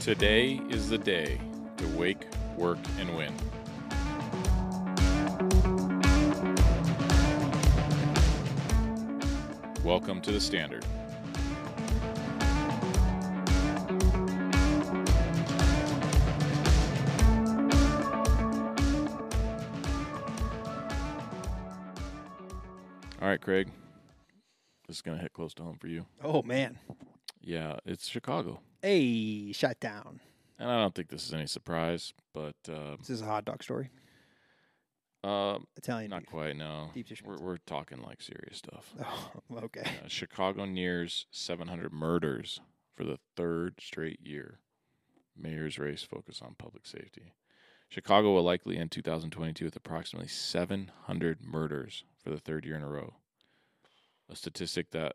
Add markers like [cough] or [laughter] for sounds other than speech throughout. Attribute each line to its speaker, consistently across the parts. Speaker 1: Today is the day to wake, work, and win. Welcome to the Standard. All right, Craig. This is going to hit close to home for you.
Speaker 2: Oh man.
Speaker 1: Yeah, it's Chicago.
Speaker 2: Hey, shut down.
Speaker 1: And I don't think this is any surprise, but um,
Speaker 2: This is a hot dog story.
Speaker 1: uh,
Speaker 2: Italian.
Speaker 1: not
Speaker 2: beef.
Speaker 1: quite. No,
Speaker 2: Deep dish
Speaker 1: we're,
Speaker 2: pizza.
Speaker 1: we're talking like serious stuff.
Speaker 2: [laughs] Oh, okay.
Speaker 1: Uh, Chicago nears 700 murders for the third straight year. Mayor's race focus on public safety. Chicago will likely end 2022 with approximately 700 murders for the third year in a row, a statistic that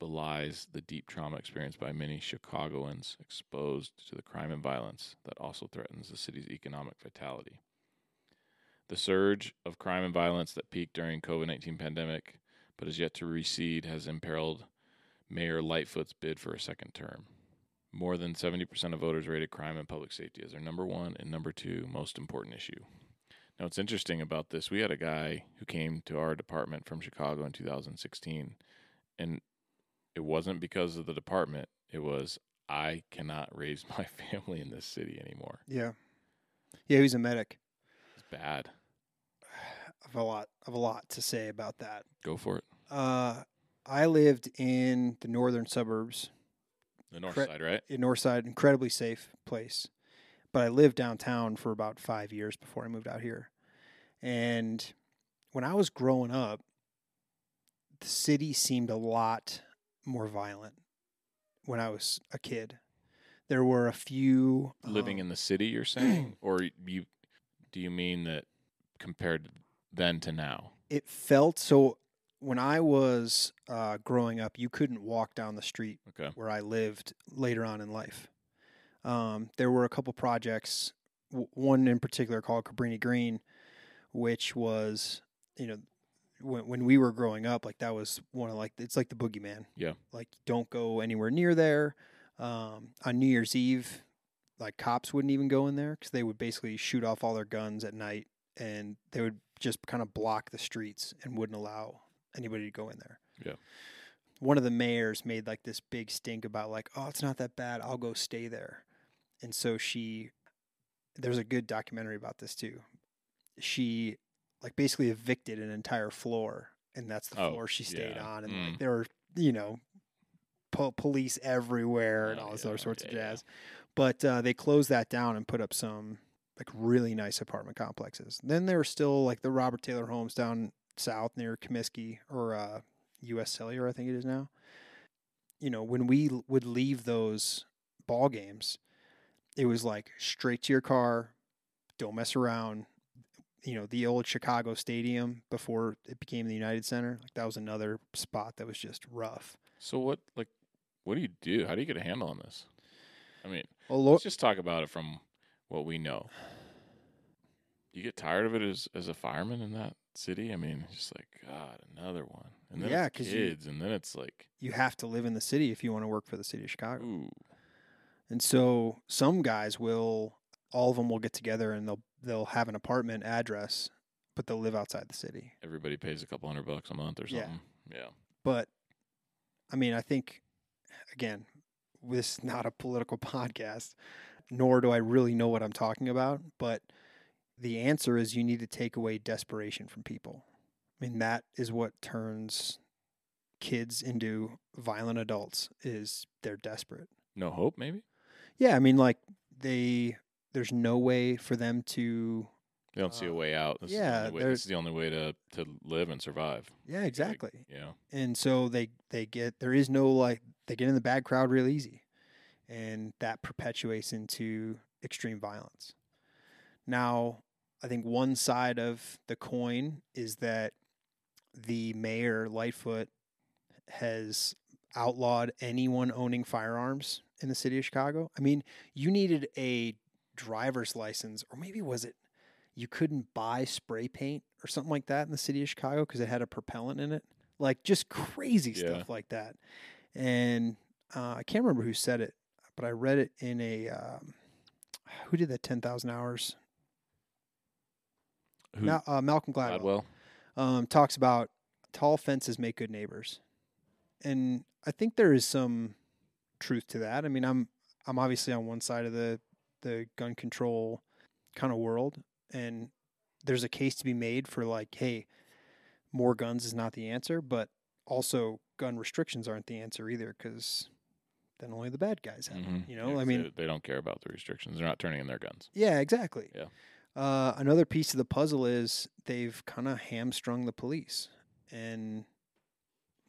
Speaker 1: belies the deep trauma experienced by many Chicagoans exposed to the crime and violence that also threatens the city's economic vitality. The surge of crime and violence that peaked during COVID-19 pandemic but is yet to recede has imperiled Mayor Lightfoot's bid for a second term. More than 70% of voters rated crime and public safety as their number one and number two most important issue. Now, what's interesting about this, we had a guy who came to our department from Chicago in 2016, and it wasn't because of the department. It was, I cannot raise [laughs] my family in this city anymore.
Speaker 2: Yeah. Yeah, he was a medic.
Speaker 1: It's bad.
Speaker 2: I've a lot I've a lot to say about that.
Speaker 1: Go for it.
Speaker 2: Uh I lived in the northern suburbs
Speaker 1: The north
Speaker 2: Correct.
Speaker 1: side, right?
Speaker 2: in Northside, incredibly safe place. But I lived downtown for about five years before I moved out here. And when I was growing up, the city seemed a lot more violent when I was a kid. There were a few um,
Speaker 1: living in the city you're saying [clears throat] or you do you mean that compared then to now
Speaker 2: It felt so. When I was uh, growing up, you couldn't walk down the street
Speaker 1: okay
Speaker 2: where I lived later on in life. Um, there were a couple projects, w- one in particular called Cabrini Green, which was, you know, when, when we were growing up, like that was one of like, it's like the boogeyman.
Speaker 1: Yeah.
Speaker 2: Like don't go anywhere near there. Um, on New Year's Eve, like cops wouldn't even go in there because they would basically shoot off all their guns at night and they would just kind of block the streets and wouldn't allow anybody to go in there.
Speaker 1: Yeah.
Speaker 2: One of the mayors made like this big stink about like, oh, it's not that bad. I'll go stay there. And so she, there's a good documentary about this too. She like basically evicted an entire floor and that's the
Speaker 1: Oh,
Speaker 2: floor she stayed
Speaker 1: yeah.
Speaker 2: on. And
Speaker 1: Mm.
Speaker 2: like there were, you know, po- police everywhere and
Speaker 1: Oh,
Speaker 2: all this
Speaker 1: yeah,
Speaker 2: other sorts of
Speaker 1: yeah, yeah.
Speaker 2: jazz. But uh, they closed that down and put up some like really nice apartment complexes. Then there were still like the Robert Taylor homes down south near Comiskey or uh, U.S. Cellular, I think it is now. You know, when we l- would leave those ball games, it was like straight to your car, don't mess around. You know, the old Chicago Stadium before it became the United Center, like that was another spot that was just rough.
Speaker 1: so what like what do you do how do you get a handle on this i mean
Speaker 2: Oh, Lord,
Speaker 1: let's just talk about it from what we know you get tired of it as as a fireman in that city i mean it's just like god another one and then
Speaker 2: Yeah,
Speaker 1: it's
Speaker 2: 'cause you-
Speaker 1: kids and then it's like
Speaker 2: you have to live in the city if you want to work for the city of Chicago.
Speaker 1: ooh
Speaker 2: And so some guys will, all of them will get together and they'll they'll have an apartment address, but they'll live outside the city.
Speaker 1: everybody pays a couple hundred bucks a month or
Speaker 2: Yeah.
Speaker 1: something yeah
Speaker 2: But I mean, I think again, this is not a political [laughs] podcast, nor do I really know what I'm talking about. But the answer is you need to take away desperation from people. I mean, that is what turns kids into violent adults is they're desperate.
Speaker 1: no hope maybe
Speaker 2: Yeah, I mean, like they, there's no way for them to.
Speaker 1: they don't see a
Speaker 2: Uh,
Speaker 1: way out this, is,
Speaker 2: yeah,
Speaker 1: the only way,
Speaker 2: they're-
Speaker 1: this is the only way to to live and survive
Speaker 2: Yeah, exactly.
Speaker 1: you know
Speaker 2: And so they they get there is no like they get in the bad crowd real easy, and that perpetuates into extreme violence. Now, I think one side of the coin is that the mayor Lightfoot has outlawed anyone owning firearms in the city of Chicago. I mean, you needed a driver's license, or maybe was it you couldn't buy spray paint or something like that in the city of Chicago because it had a propellant in it? Like just crazy
Speaker 1: Yeah.
Speaker 2: stuff like that. And uh, I can't remember who said it, but I read it in a um, who did the ten thousand hours?
Speaker 1: Who?
Speaker 2: Mal- uh, Malcolm Gladwell.
Speaker 1: Gladwell.
Speaker 2: um, talks about tall fences make good neighbors, and I think there is some truth to that. I mean, I'm I'm obviously on one side of the the gun control kind of world, and there's a case to be made for like, hey, more guns is not the answer, but also gun restrictions aren't the answer either because then only the bad guys have. them,
Speaker 1: Mhm.
Speaker 2: You
Speaker 1: Yeah,
Speaker 2: know, I
Speaker 1: 'cause
Speaker 2: mean,
Speaker 1: they, they don't care about the restrictions. They're not turning in their guns.
Speaker 2: yeah, exactly.
Speaker 1: Yeah.
Speaker 2: Uh, another piece of the puzzle is they've kind of hamstrung the police, and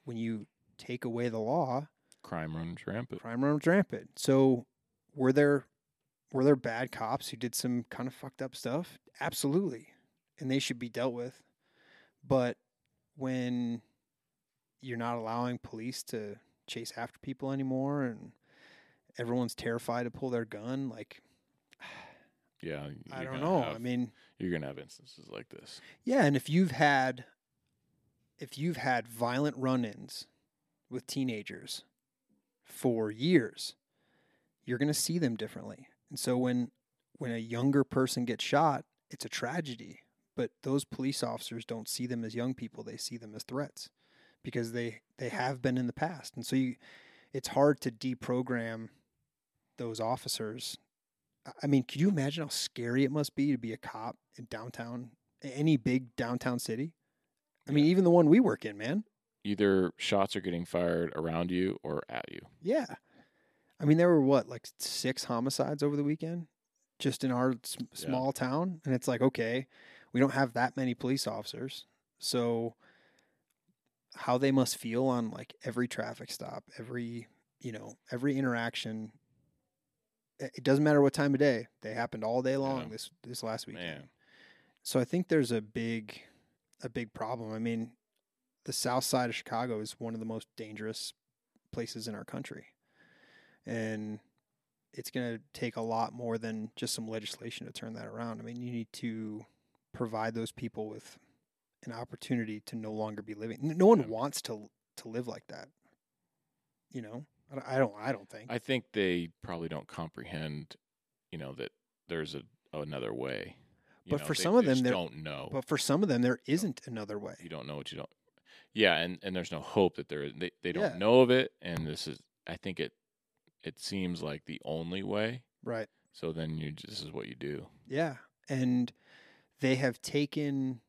Speaker 2: when you take away the law,
Speaker 1: Crime runs rampant.
Speaker 2: crime runs rampant. So, were there were there bad cops who did some kind of fucked up stuff? Absolutely, and they should be dealt with. But when you're not allowing police to chase after people anymore, and everyone's terrified to pull their gun, like [sighs]
Speaker 1: Yeah, y-
Speaker 2: I
Speaker 1: you're
Speaker 2: don't
Speaker 1: gonna
Speaker 2: know.
Speaker 1: have-
Speaker 2: I mean.
Speaker 1: you're gonna have instances like this.
Speaker 2: Yeah, and if you've had if you've had violent run-ins with teenagers for years, you're going to see them differently. And so when when a younger person gets shot, it's a tragedy, but those police officers don't see them as young people, they see them as threats because they they have been in the past. And so you it's hard to deprogram those officers. I- I mean, could you imagine how scary it must be to be a cop in downtown any big downtown city. I mean,
Speaker 1: Yeah.
Speaker 2: even the one we work in, man.
Speaker 1: Either shots are getting fired around you or at you.
Speaker 2: Yeah. I mean, there were what, like six homicides over the weekend just in our s- small town. And it's like, okay, we don't have that many police officers. So, how they must feel on like every traffic stop, every, you know, every interaction. It it doesn't matter what time of day. They happened all day long this this last weekend.
Speaker 1: Man.
Speaker 2: So I think there's a big a big problem. I mean, the south side of Chicago is one of the most dangerous places in our country. And it's going to take a lot more than just some legislation to turn that around. I mean, you need to provide those people with an opportunity to no longer be living. n- No one
Speaker 1: Yeah.
Speaker 2: wants to to live like that. You know? I don't- I don't I don't think.
Speaker 1: I think they probably don't comprehend, you know, that there's a another way. You
Speaker 2: But
Speaker 1: know,
Speaker 2: for
Speaker 1: they
Speaker 2: some of them,
Speaker 1: just
Speaker 2: they're-
Speaker 1: don't know.
Speaker 2: but for some of them there isn't another
Speaker 1: you
Speaker 2: way.
Speaker 1: don't know what you don't. Yeah, and, and there's no hope that there is. They, they don't
Speaker 2: Yeah.
Speaker 1: know of it, and this is. I think it it seems like the only way.
Speaker 2: Right.
Speaker 1: So then you just- this is what you do.
Speaker 2: Yeah. And they have taken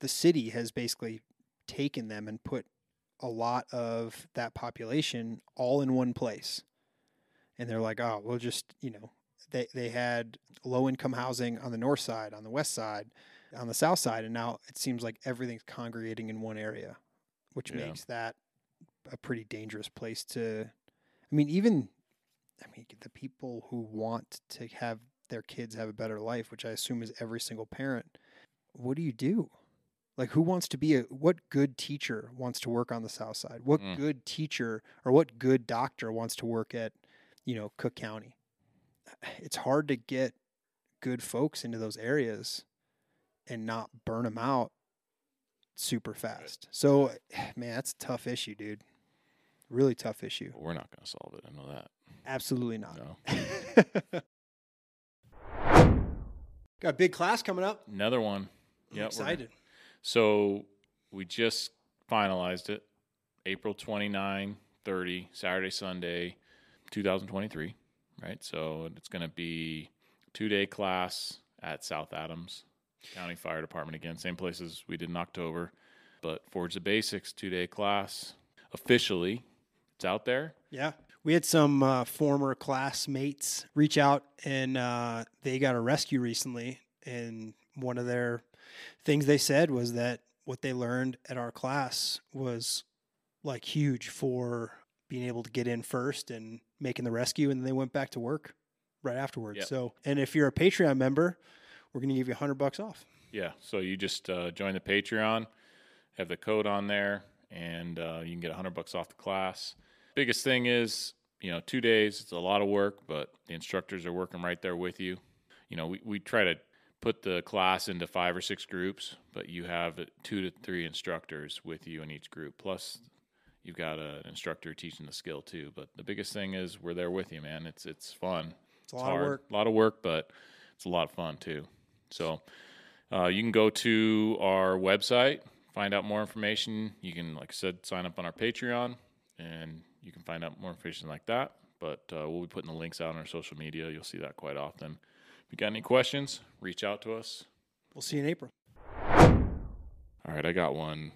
Speaker 2: the city has basically taken them and put a lot of that population all in one place. And they're like, oh, we'll just, you know, they, they had low income housing on the north side, on the west side, on the south side. And now it seems like everything's congregating in one area, which
Speaker 1: Yeah.
Speaker 2: makes that a pretty dangerous place to. I mean, even, I mean, the people who want to have their kids have a better life, which I assume is every single parent, what do you do? Like, who wants to be a, what good teacher wants to work on the South Side? What
Speaker 1: Mm.
Speaker 2: good teacher or what good doctor wants to work at, you know, Cook County? [sighs] It's hard to get good folks into those areas and not burn them out super fast. So, [sighs] man, that's a tough issue, dude. Really tough issue.
Speaker 1: But we're not going to solve it. I know that.
Speaker 2: Absolutely not.
Speaker 1: No.
Speaker 2: [laughs] Got a big class coming up.
Speaker 1: Another one.
Speaker 2: I'm
Speaker 1: Yeah, we're-
Speaker 2: excited.
Speaker 1: So we just finalized it. April 29, 30, Saturday, Sunday, 2023, right? So it's going to be two-day class at South Adams County Fire Department again, same place as we did in October, but Forge the Basics two-day class officially. It's out there.
Speaker 2: Yeah. We had some uh, former classmates reach out and uh, they got a rescue recently. And one of their things they said was that what they learned at our class was like huge for being able to get in first and making the rescue. And then they went back to work right afterwards.
Speaker 1: Yep.
Speaker 2: So, and if you're a Patreon member, we're going to give you 100 bucks off.
Speaker 1: Yeah. So you just uh, join the Patreon, have the code on there, and uh, you can get 100 bucks off the class. Biggest thing is, you know, two days, it's a lot of work, but the instructors are working right there with you. You know, we, we try to put the class into five or six groups, but you have two to three instructors with you in each group, plus, You've got a, an instructor teaching the skill too. But the biggest thing is we're there with you, man. It's it's fun.
Speaker 2: It's a lot of work.
Speaker 1: A lot of work, but it's a lot of fun too. So uh, you can go to our website, find out more information. You can, like I said, sign up on our Patreon, and you can find out more information like that. But uh, we'll be putting the links out on our social media. You'll see that quite often. If you got any questions, reach out to us.
Speaker 2: We'll see you in April.
Speaker 1: All right, I got one.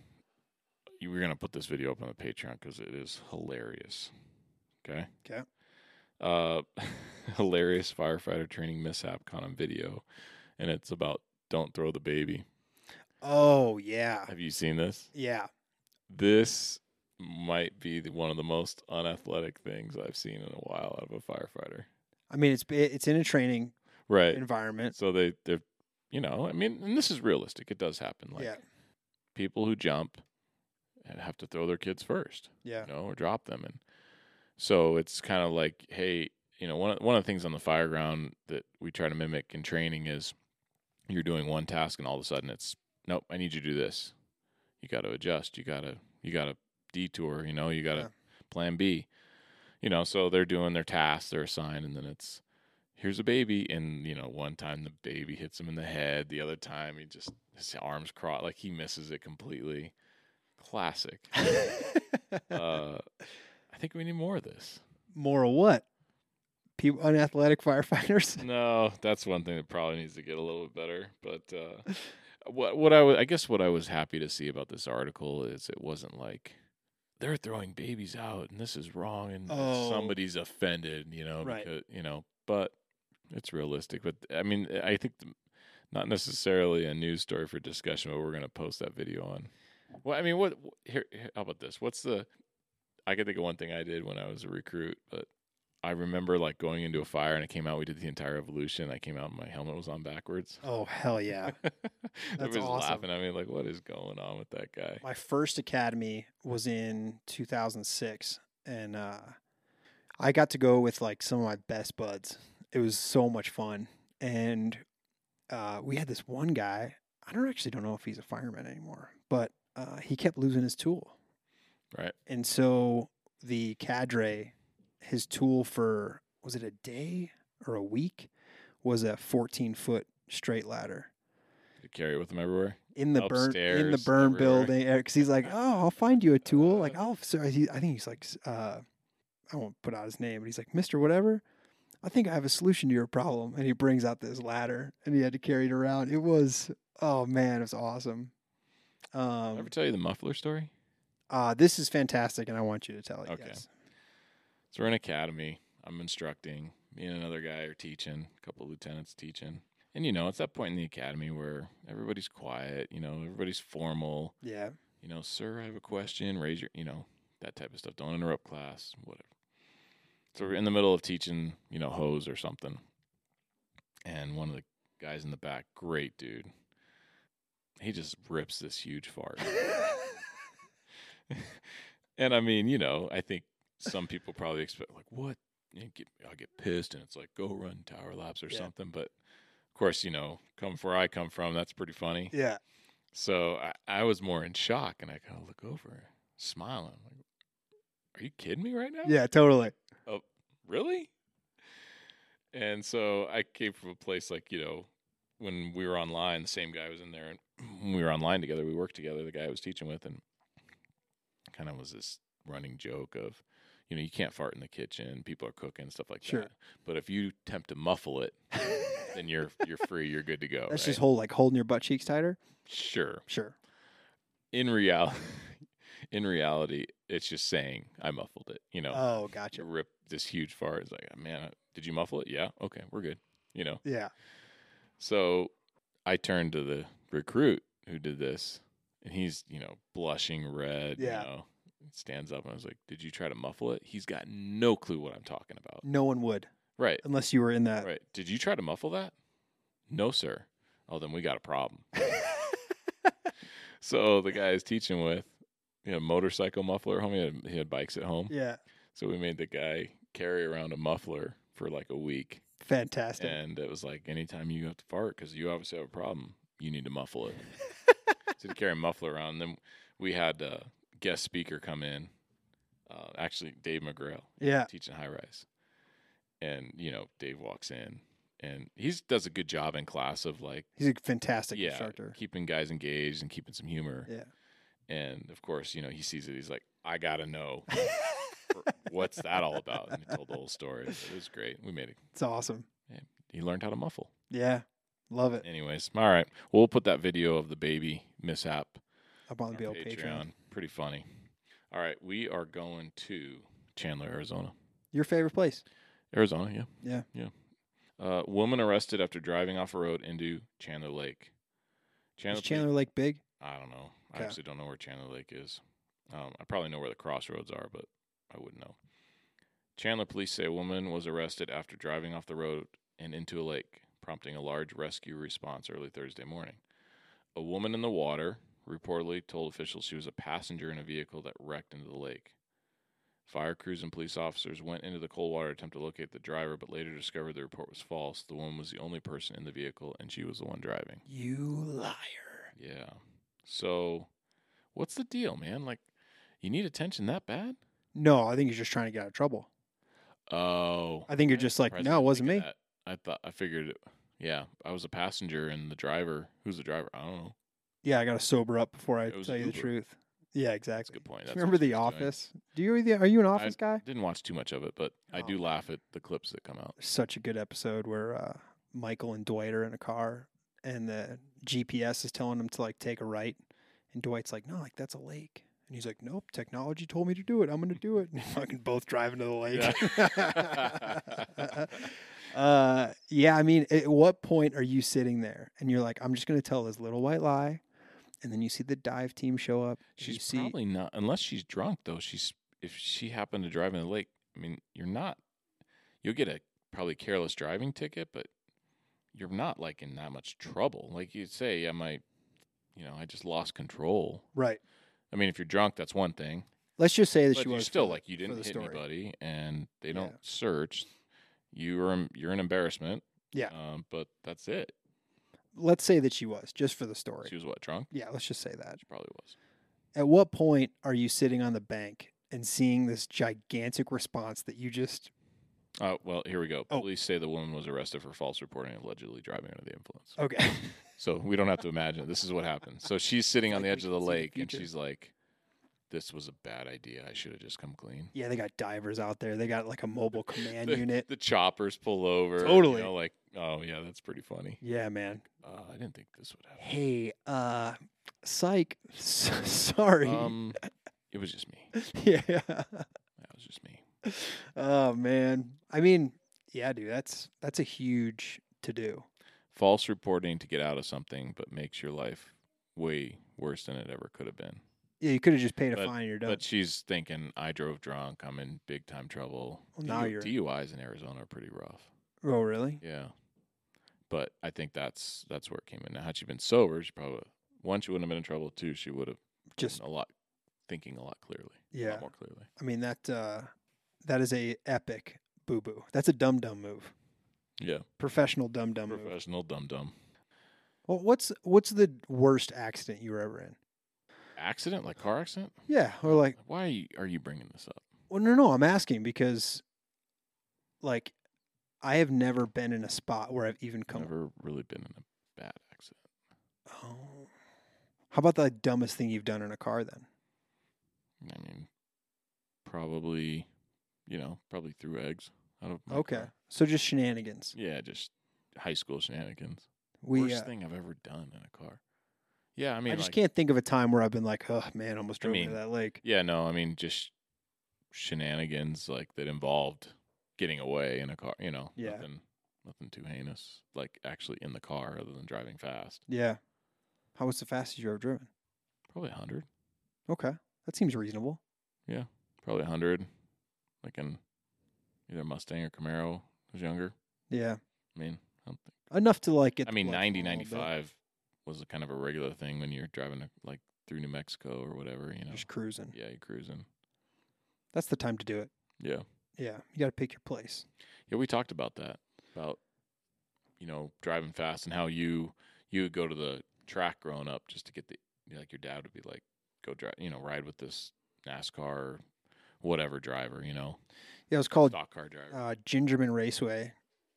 Speaker 1: You were gonna put this video up on the Patreon because it is hilarious. Okay.
Speaker 2: 'Kay.
Speaker 1: Uh, [laughs] hilarious firefighter training mishap caught on video, and it's about don't throw the baby.
Speaker 2: Oh yeah,
Speaker 1: Have you seen this?
Speaker 2: yeah.
Speaker 1: This might be the, one of the most unathletic things I've seen in a while out of a firefighter.
Speaker 2: I mean, it's it's in a training
Speaker 1: Right.
Speaker 2: environment.
Speaker 1: So they they're you know I mean and this is realistic. It does happen. Like
Speaker 2: yeah,
Speaker 1: people who jump and have to throw their kids first.
Speaker 2: yeah,
Speaker 1: you know, or drop them. And so it's kind of like, hey, you know, one of, one of the things on the fire ground that we try to mimic in training is you're doing one task and all of a sudden it's nope, I need you to do this. You got to adjust. You got to you got to detour. You know, you got to
Speaker 2: Yeah.
Speaker 1: plan B. You know, so they're doing their tasks, they're assigned, and then it's here's a baby, and you know, one time the baby hits him in the head, the other time he just his arms crossed, like he misses it completely. Classic
Speaker 2: [laughs]
Speaker 1: uh, I think we need more of this.
Speaker 2: [laughs] More of what? People unathletic firefighters.
Speaker 1: No, that's one thing that probably needs to get a little bit better. But uh, what what I was, I guess what I was happy to see about this article is it wasn't like they're throwing babies out and this is wrong and
Speaker 2: Oh.
Speaker 1: somebody's offended, you know,
Speaker 2: Right.
Speaker 1: because, you know, but it's realistic. But I mean, I think the, not necessarily a news story for discussion, but we're going to post that video on. Well, I mean, what wh- here? here- How about this? What's the? I can think of one thing I did when I was a recruit, but I remember like going into a fire and I came out. We did the entire evolution. I came out and my helmet was on backwards.
Speaker 2: Oh hell
Speaker 1: [laughs]
Speaker 2: yeah!
Speaker 1: Everybody's
Speaker 2: awesome.
Speaker 1: laughing at me like, what is going on with that guy?
Speaker 2: My first academy was in 2006, and uh, I got to go with like some of my best buds. It was so much fun, and uh, we had this one guy. I don't actually don't know if he's a fireman anymore, but uh, he kept losing his tool.
Speaker 1: Right.
Speaker 2: And so the cadre, his tool for was it a day or a week, was a 14 foot straight ladder
Speaker 1: They carry it with them everywhere.
Speaker 2: in the burn in the
Speaker 1: Upstairs,
Speaker 2: burn
Speaker 1: everywhere. Uh-huh.
Speaker 2: building because he's like, oh, I'll find you a tool. Like, I'll. So he, I think he's like, s- uh, I won't put out his name, but he's like, Mister Whatever. I think I have a solution to your problem, and he brings out this ladder, and he had to carry it around. It was, oh man, it was awesome.
Speaker 1: Did I
Speaker 2: Um,
Speaker 1: ever tell you the muffler story?
Speaker 2: uh, this is fantastic, and I want you to tell it.
Speaker 1: Okay.
Speaker 2: Yes.
Speaker 1: So we're in academy. I'm instructing. Me and another guy are teaching. A couple of lieutenants teaching. And you know, it's that point in the academy where everybody's quiet. You know, everybody's formal. [laughs]
Speaker 2: Yeah.
Speaker 1: you know, sir, I have a question. Raise your, you know, that type of stuff. Don't interrupt class, whatever. So we're in the middle of teaching, you know, hose or something. And one of the guys in the back, great dude, he just rips this huge fart. and I mean, you know, I think some people probably expect, like, what? You know, get, I'll get pissed and it's like, go run tower laps or
Speaker 2: Yeah.
Speaker 1: something. But of course, you know, come from where I come from, that's pretty funny.
Speaker 2: yeah.
Speaker 1: So I, I was more in shock, and I kind of look over, smiling. I'm like, are you kidding me right now?
Speaker 2: Yeah. Totally.
Speaker 1: really? And so I came from a place like you know, when we were online, the same guy was in there, and [clears throat] when we were online together, we worked together. The guy I was teaching with, and kind of was this running joke of, you know, you can't fart in the kitchen. People are cooking stuff like
Speaker 2: Sure.
Speaker 1: that. But if you attempt to muffle it,
Speaker 2: That's [laughs]
Speaker 1: then you're you're free. You're good to go. right?
Speaker 2: just whole like holding your butt cheeks tighter.
Speaker 1: sure.
Speaker 2: Sure.
Speaker 1: in reality, [laughs] in reality, it's just saying I muffled it. You know,
Speaker 2: Oh,
Speaker 1: you
Speaker 2: gotcha.
Speaker 1: rip this huge fart. It's like, man, did you muffle it? Yeah. Okay, we're good. You know,
Speaker 2: Yeah.
Speaker 1: so I turned to the recruit who did this, and he's you know blushing red.
Speaker 2: Yeah.
Speaker 1: You know, stands up and I was like, did you try to muffle it? He's got no clue what I'm talking about.
Speaker 2: No one would
Speaker 1: Right.
Speaker 2: unless you were in that.
Speaker 1: Right. Did you try to muffle that? No, sir. Oh, then we got a
Speaker 2: [laughs]
Speaker 1: problem. so the guy is teaching with, you know, motorcycle muffler at home. He had, he had bikes at home.
Speaker 2: Yeah.
Speaker 1: So we made the guy carry around a muffler for like a week.
Speaker 2: Fantastic.
Speaker 1: And it was like, anytime you have to fart, because you obviously have a problem, you need to muffle it. so to carry a muffler around. Then we had a guest speaker come in Uh, actually, Dave McGrail
Speaker 2: Yeah.
Speaker 1: teaching high rise, and you know Dave walks in and he does a good job in class of like
Speaker 2: He's a fantastic
Speaker 1: yeah
Speaker 2: instructor.
Speaker 1: keeping guys engaged and keeping some humor.
Speaker 2: Yeah. [laughs]
Speaker 1: And of course, you know he sees it. He's like, I gotta know what's that all about. And he told the whole story. It was great. We made it.
Speaker 2: It's awesome.
Speaker 1: He learned how to muffle.
Speaker 2: Yeah. Love it.
Speaker 1: Anyways, all right. We'll put that video of the baby mishap
Speaker 2: Up on
Speaker 1: on
Speaker 2: the old
Speaker 1: Patreon.
Speaker 2: Patreon.
Speaker 1: Pretty funny. All right, we are going to Chandler, Arizona.
Speaker 2: Your favorite place.
Speaker 1: Arizona, yeah.
Speaker 2: Yeah.
Speaker 1: Yeah. Uh, woman arrested after driving off a road into Chandler Lake.
Speaker 2: Is
Speaker 1: Chandler,
Speaker 2: Chandler Lake big?
Speaker 1: I don't know. I
Speaker 2: Okay.
Speaker 1: actually don't know where Chandler Lake is. Um, I probably know where the crossroads are, but I wouldn't know. Chandler police say a woman was arrested after driving off the road and into a lake, prompting a large rescue response early Thursday morning. A woman in the water reportedly told officials she was a passenger in a vehicle that wrecked into the lake. Fire crews and police officers went into the cold water to attempt to locate the driver, but later discovered the report was false. The woman was the only person in the vehicle, and she was the one driving.
Speaker 2: You liar.
Speaker 1: Yeah. So, what's the deal, man? Like, you need attention that bad?
Speaker 2: No, I think you're just trying to get out of trouble.
Speaker 1: Oh,
Speaker 2: I think you're
Speaker 1: I'm
Speaker 2: just like,
Speaker 1: surprised
Speaker 2: no,
Speaker 1: I
Speaker 2: it
Speaker 1: didn't
Speaker 2: wasn't
Speaker 1: think
Speaker 2: me.
Speaker 1: of that. I thought I figured. It, yeah, I was a passenger, and the driver. Who's the driver? I don't know.
Speaker 2: Yeah, I got to sober up before I
Speaker 1: It was
Speaker 2: tell you the
Speaker 1: Uber.
Speaker 2: truth. Yeah,
Speaker 1: That's a
Speaker 2: exactly.
Speaker 1: good point.
Speaker 2: Do you
Speaker 1: That's
Speaker 2: remember
Speaker 1: what she
Speaker 2: The
Speaker 1: was doing.
Speaker 2: Office? Do you are you an Office guy?
Speaker 1: Didn't watch too much of it, but I do
Speaker 2: Oh.
Speaker 1: laugh at the clips that come out.
Speaker 2: Such a good episode where uh, Michael and Dwight are in a car, and the GPS is telling him to like take a right, and Dwight's like, no, like that's a lake, and he's like, nope, technology told me to do it. I'm gonna do it. [laughs] And fucking both driving to the
Speaker 1: Yeah.
Speaker 2: lake. [laughs] Uh, yeah, I mean, at what point are you sitting there and you're like, I'm just gonna tell this little white lie, and then you see the dive team show up. and you
Speaker 1: she's
Speaker 2: see,
Speaker 1: probably not, unless she's drunk though. She's if she happened to drive in the lake. I mean, you're not. You'll get a probably careless driving ticket, but you're not like in that much trouble. Like you'd say, I might, you know, I just lost control.
Speaker 2: right.
Speaker 1: I mean, if you're drunk, that's one thing,
Speaker 2: Let's just say that
Speaker 1: but
Speaker 2: she
Speaker 1: you're
Speaker 2: was
Speaker 1: still
Speaker 2: for the-
Speaker 1: like you
Speaker 2: for
Speaker 1: didn't
Speaker 2: the
Speaker 1: hit
Speaker 2: story.
Speaker 1: anybody, and they don't
Speaker 2: Yeah.
Speaker 1: search. You are em- you're an embarrassment.
Speaker 2: Yeah.
Speaker 1: Um, but that's it.
Speaker 2: Let's say that she was just for the story.
Speaker 1: She was what drunk?
Speaker 2: yeah, let's just say that.
Speaker 1: She probably was.
Speaker 2: At what point are you sitting on the bank and seeing this gigantic response that you
Speaker 1: [laughs]
Speaker 2: just?
Speaker 1: Uh, well, here we go.
Speaker 2: Oh.
Speaker 1: Police say the woman was arrested for false reporting, and allegedly driving under the influence.
Speaker 2: Okay,
Speaker 1: So we don't have to imagine. This is what happened. So she's sitting on
Speaker 2: Like
Speaker 1: the
Speaker 2: we
Speaker 1: edge of the
Speaker 2: can see the
Speaker 1: lake and
Speaker 2: future.
Speaker 1: she's like, this was a bad idea. I should have just come clean.
Speaker 2: [laughs] yeah, they got divers out there. They got like a mobile command
Speaker 1: the,
Speaker 2: unit.
Speaker 1: [laughs] The choppers pull over.
Speaker 2: Totally.
Speaker 1: You know, like, oh, yeah, that's pretty funny.
Speaker 2: Yeah, man.
Speaker 1: Uh, I didn't think this would happen.
Speaker 2: Hey, uh, psych. [laughs] sorry.
Speaker 1: Um, it was just me.
Speaker 2: [laughs] yeah.
Speaker 1: That was just me.
Speaker 2: Oh man. I mean, yeah, dude, that's that's a huge to do.
Speaker 1: False reporting to get out of something, but makes your life way worse than it ever could have been.
Speaker 2: Yeah, you could have just paid a
Speaker 1: But-
Speaker 2: fine and you're done.
Speaker 1: But she's thinking, I drove drunk. I'm in big time trouble.
Speaker 2: Well, now
Speaker 1: DU-
Speaker 2: you're-
Speaker 1: DUIs in Arizona are pretty rough.
Speaker 2: oh really?
Speaker 1: Yeah. But I think that's that's where it came in. Now, had she been sober, she probably one, she wouldn't have been in trouble. Two, she would have
Speaker 2: Just
Speaker 1: been a lot thinking a lot clearly. A
Speaker 2: yeah.
Speaker 1: lot more clearly.
Speaker 2: I mean that uh that is a epic boo boo. That's a dumb dumb move.
Speaker 1: Yeah.
Speaker 2: Professional dumb dumb move.
Speaker 1: Professional dum dum.
Speaker 2: Well, what's what's the worst accident you were ever in?
Speaker 1: Accident, like car accident?
Speaker 2: Yeah, or like
Speaker 1: Why are you, are you bringing this up?
Speaker 2: Well, no, no, I'm asking because, like, I have never been in a spot where I've even come.
Speaker 1: Never really been in a bad accident.
Speaker 2: Oh. How about the dumbest thing you've done in a car then?
Speaker 1: I mean, probably, you know, probably threw eggs out of my
Speaker 2: Okay,
Speaker 1: car.
Speaker 2: so just shenanigans.
Speaker 1: Yeah, just high school shenanigans.
Speaker 2: We,
Speaker 1: Worst
Speaker 2: uh,
Speaker 1: thing I've ever done in a car. Yeah, I
Speaker 2: I,
Speaker 1: mean,
Speaker 2: just
Speaker 1: like,
Speaker 2: can't think of a time where I've been like, oh man, I almost
Speaker 1: I
Speaker 2: drove
Speaker 1: mean,
Speaker 2: into that lake.
Speaker 1: Yeah, no, I mean just shenanigans like that involved getting away in a car. You know,
Speaker 2: Yeah.
Speaker 1: nothing, nothing too heinous. Like actually in the car, other than driving fast.
Speaker 2: Yeah. How was the fastest you ever driven?
Speaker 1: Probably hundred.
Speaker 2: Okay, that seems reasonable.
Speaker 1: Probably hundred. Like in either Mustang or Camaro. when I was younger.
Speaker 2: Yeah,
Speaker 1: I mean, I don't think.
Speaker 2: enough to like get.
Speaker 1: I
Speaker 2: the
Speaker 1: mean,
Speaker 2: blood
Speaker 1: ninety,
Speaker 2: flowing a little bit.
Speaker 1: ninety-five was a kind of a regular thing when you're driving to, like through New Mexico or whatever. You know.
Speaker 2: Just cruising.
Speaker 1: Yeah, you're cruising.
Speaker 2: That's the time to do it.
Speaker 1: Yeah.
Speaker 2: Yeah, you got to pick your place.
Speaker 1: Yeah, we talked about that about you know driving fast and how you you would go to the track growing up just to get the you know, like your dad would be like go drive you know ride with this NASCAR whatever driver, you know,
Speaker 2: Yeah, it was called
Speaker 1: stock car driver.
Speaker 2: uh, Gingerman Raceway,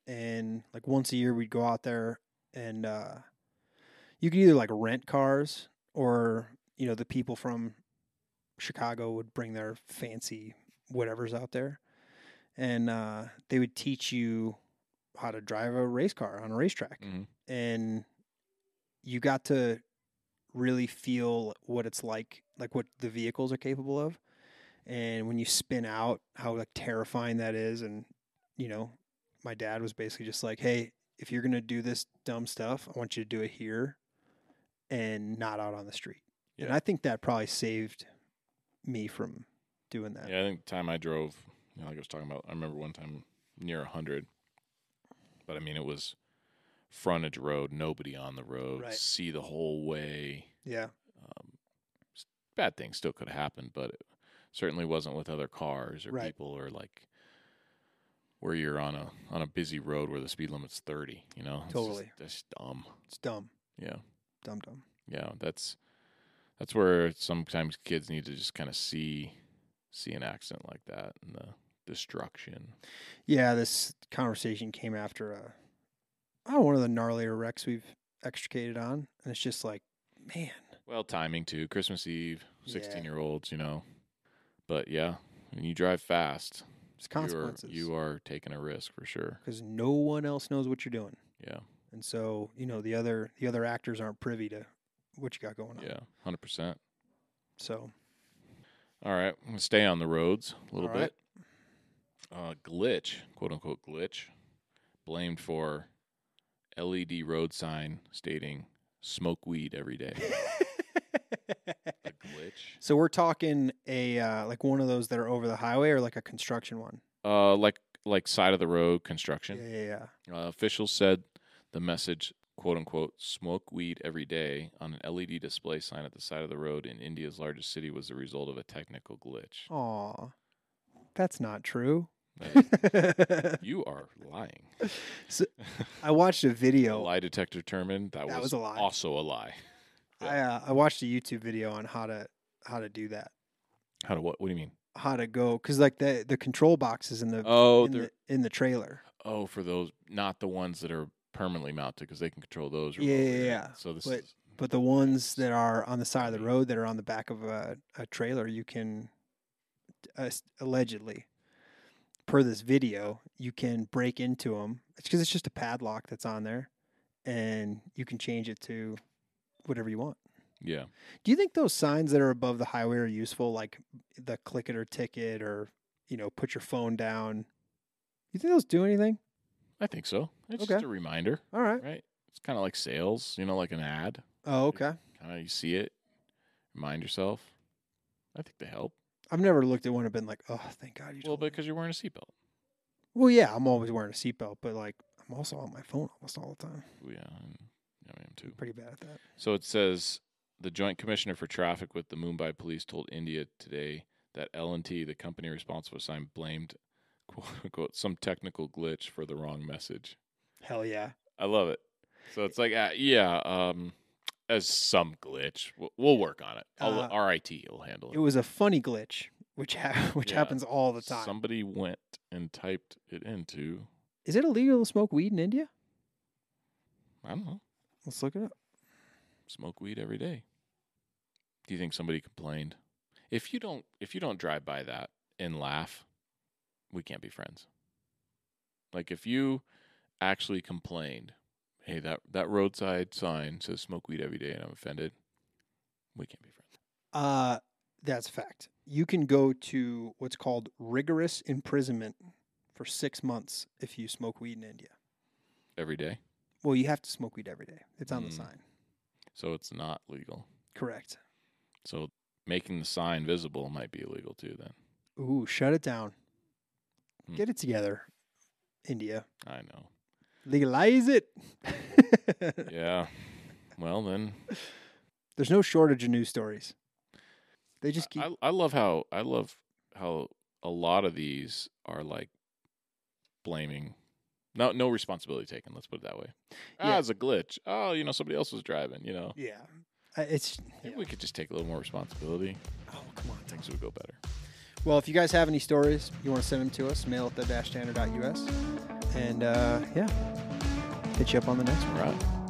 Speaker 2: and like once a year we'd go out there and uh, you could either like rent cars or you know the people from Chicago would bring their fancy whatever's out there, and uh, they would teach you how to drive a race car on a racetrack,
Speaker 1: Mhm.
Speaker 2: and you got to really feel what it's like, like what the vehicles are capable of and when you spin out how like terrifying that is and you know my dad was basically just like hey if you're going to do this dumb stuff i want you to do it here and not out on the street and
Speaker 1: Yeah.
Speaker 2: i think that probably saved me from doing that
Speaker 1: Yeah, I think the time I drove, you know, like I was talking about, I remember one time near 100. But I mean, it was frontage road, nobody on the road,
Speaker 2: Right.
Speaker 1: see the whole way.
Speaker 2: yeah
Speaker 1: Um, s- bad things still could happen, but it certainly wasn't with other cars or
Speaker 2: Right.
Speaker 1: people or like where you're on a on a busy road where the speed limit's 30, you know? It's just-
Speaker 2: Totally.
Speaker 1: That's dumb.
Speaker 2: it's dumb
Speaker 1: Yeah.
Speaker 2: dumb dumb
Speaker 1: Yeah, that's that's where sometimes kids need to just kind of see see an accident like that and the destruction.
Speaker 2: yeah this conversation came after a I don't know, one of the gnarlier wrecks we've extricated on and it's just like man
Speaker 1: Well, timing too. Christmas Eve,
Speaker 2: Yeah.
Speaker 1: sixteen year olds, you know. But yeah, when you drive fast,
Speaker 2: it's consequences
Speaker 1: You are, you are taking a risk for sure.
Speaker 2: because no one else knows what you're doing
Speaker 1: Yeah,
Speaker 2: and so you know the other the other actors aren't privy to what you got going on.
Speaker 1: yeah, hundred percent. [laughs]
Speaker 2: So [laughs]
Speaker 1: All right, I'm gonna stay on the roads a little
Speaker 2: All right.
Speaker 1: bit. Uh, glitch, quote unquote glitch, blamed for LED road sign stating "smoke weed every
Speaker 2: [laughs]
Speaker 1: day." a glitch.
Speaker 2: so we're talking a uh, like one of those that are over the highway or like a construction one.
Speaker 1: Uh, like like side of the road
Speaker 2: Yeah,
Speaker 1: construction.
Speaker 2: yeah, yeah.
Speaker 1: Uh, officials said the message, quote unquote, smoke weed every day on an LED display sign at the side of the road in India's largest city was the result of a technical glitch.
Speaker 2: Oh. Aw, that's not
Speaker 1: [laughs]
Speaker 2: true. [laughs]
Speaker 1: Uh, you are lying. [laughs]
Speaker 2: So- I watched a
Speaker 1: The
Speaker 2: video.
Speaker 1: lie detector determined that,
Speaker 2: That
Speaker 1: was,
Speaker 2: was a lie.
Speaker 1: also a lie.
Speaker 2: I uh, I watched a YouTube video on how to how to do that,
Speaker 1: How to what? What do you mean?
Speaker 2: how to go because like the the control boxes in the
Speaker 1: Oh,
Speaker 2: in,
Speaker 1: they're
Speaker 2: the, in the trailer.
Speaker 1: oh for those not the ones that are permanently mounted because they can control those.
Speaker 2: Yeah, yeah,
Speaker 1: remotely, right?
Speaker 2: yeah.
Speaker 1: So this
Speaker 2: But-
Speaker 1: is
Speaker 2: But the ones that are on the side
Speaker 1: Mm-hmm.
Speaker 2: of the road that are on the back of a, a trailer, you can uh, s- allegedly, per this video, you can break into them. It's because it's just a padlock that's on there, and you can change it to whatever you want.
Speaker 1: yeah.
Speaker 2: Do you think those signs that are above the highway are useful, like the click it or ticket, or you know, put your phone down? You think those do anything?
Speaker 1: I think so. It's
Speaker 2: Okay.
Speaker 1: just a reminder,
Speaker 2: All right.
Speaker 1: right? It's kind of like sales, you know, like an ad.
Speaker 2: Oh, okay.
Speaker 1: kind of you see it, remind yourself. I think they help
Speaker 2: I've never looked at one and been like, oh, thank God you.
Speaker 1: a little
Speaker 2: told
Speaker 1: bit because you're wearing a seatbelt.
Speaker 2: Well, yeah, I'm always wearing a seatbelt, but like I'm also on my phone almost all the time.
Speaker 1: Ooh, Yeah, and I am too.
Speaker 2: Pretty bad at that.
Speaker 1: So it says the Joint Commissioner for Traffic with the Mumbai Police told India today that L and T, the company responsible for sign, blamed quote unquote some technical glitch for the wrong message.
Speaker 2: Hell yeah.
Speaker 1: I love it. So it's like, uh, yeah, um, as some glitch, we'll, we'll work on it. I'll,
Speaker 2: Uh,
Speaker 1: RIT will handle
Speaker 2: It was a funny glitch, which ha- [laughs] which
Speaker 1: Yeah.
Speaker 2: happens all the time.
Speaker 1: Somebody went and typed it into
Speaker 2: Is it illegal to smoke weed in India?
Speaker 1: I don't know.
Speaker 2: Let's look it up.
Speaker 1: smoke weed every day. Do you think somebody complained? If you don't if you don't drive by that and laugh, we can't be friends. Like if you actually complained, hey that that roadside sign says smoke weed every day and I'm offended, we can't be friends.
Speaker 2: Uh that's a fact. You can go to what's called rigorous imprisonment for 6 months if you smoke weed in India.
Speaker 1: Every day.
Speaker 2: Well, you have to smoke weed every day. It's on the
Speaker 1: Mm.
Speaker 2: sign.
Speaker 1: So it's not legal.
Speaker 2: Correct.
Speaker 1: So making the sign visible might be illegal too then.
Speaker 2: Ooh, shut it down.
Speaker 1: Hmm.
Speaker 2: Get it together. India,
Speaker 1: I know. [laughs]
Speaker 2: legalize it.
Speaker 1: Yeah. Well then
Speaker 2: [laughs] There's no shortage of news stories. They just keep.
Speaker 1: I, I love how I love how a lot of these are like blaming no no responsibility taken, let's put it that way.
Speaker 2: Yeah.
Speaker 1: Ah, it's a glitch. Oh, you know, somebody else was driving, you know.
Speaker 2: yeah, I- it's.
Speaker 1: Maybe
Speaker 2: yeah.
Speaker 1: we could just take a little more responsibility.
Speaker 2: Oh come on!
Speaker 1: Things would go better.
Speaker 2: Well, if you guys have any stories, you want to send them to us, mail at the-tanner.us. And uh, yeah, hit you up on the next one.
Speaker 1: All right.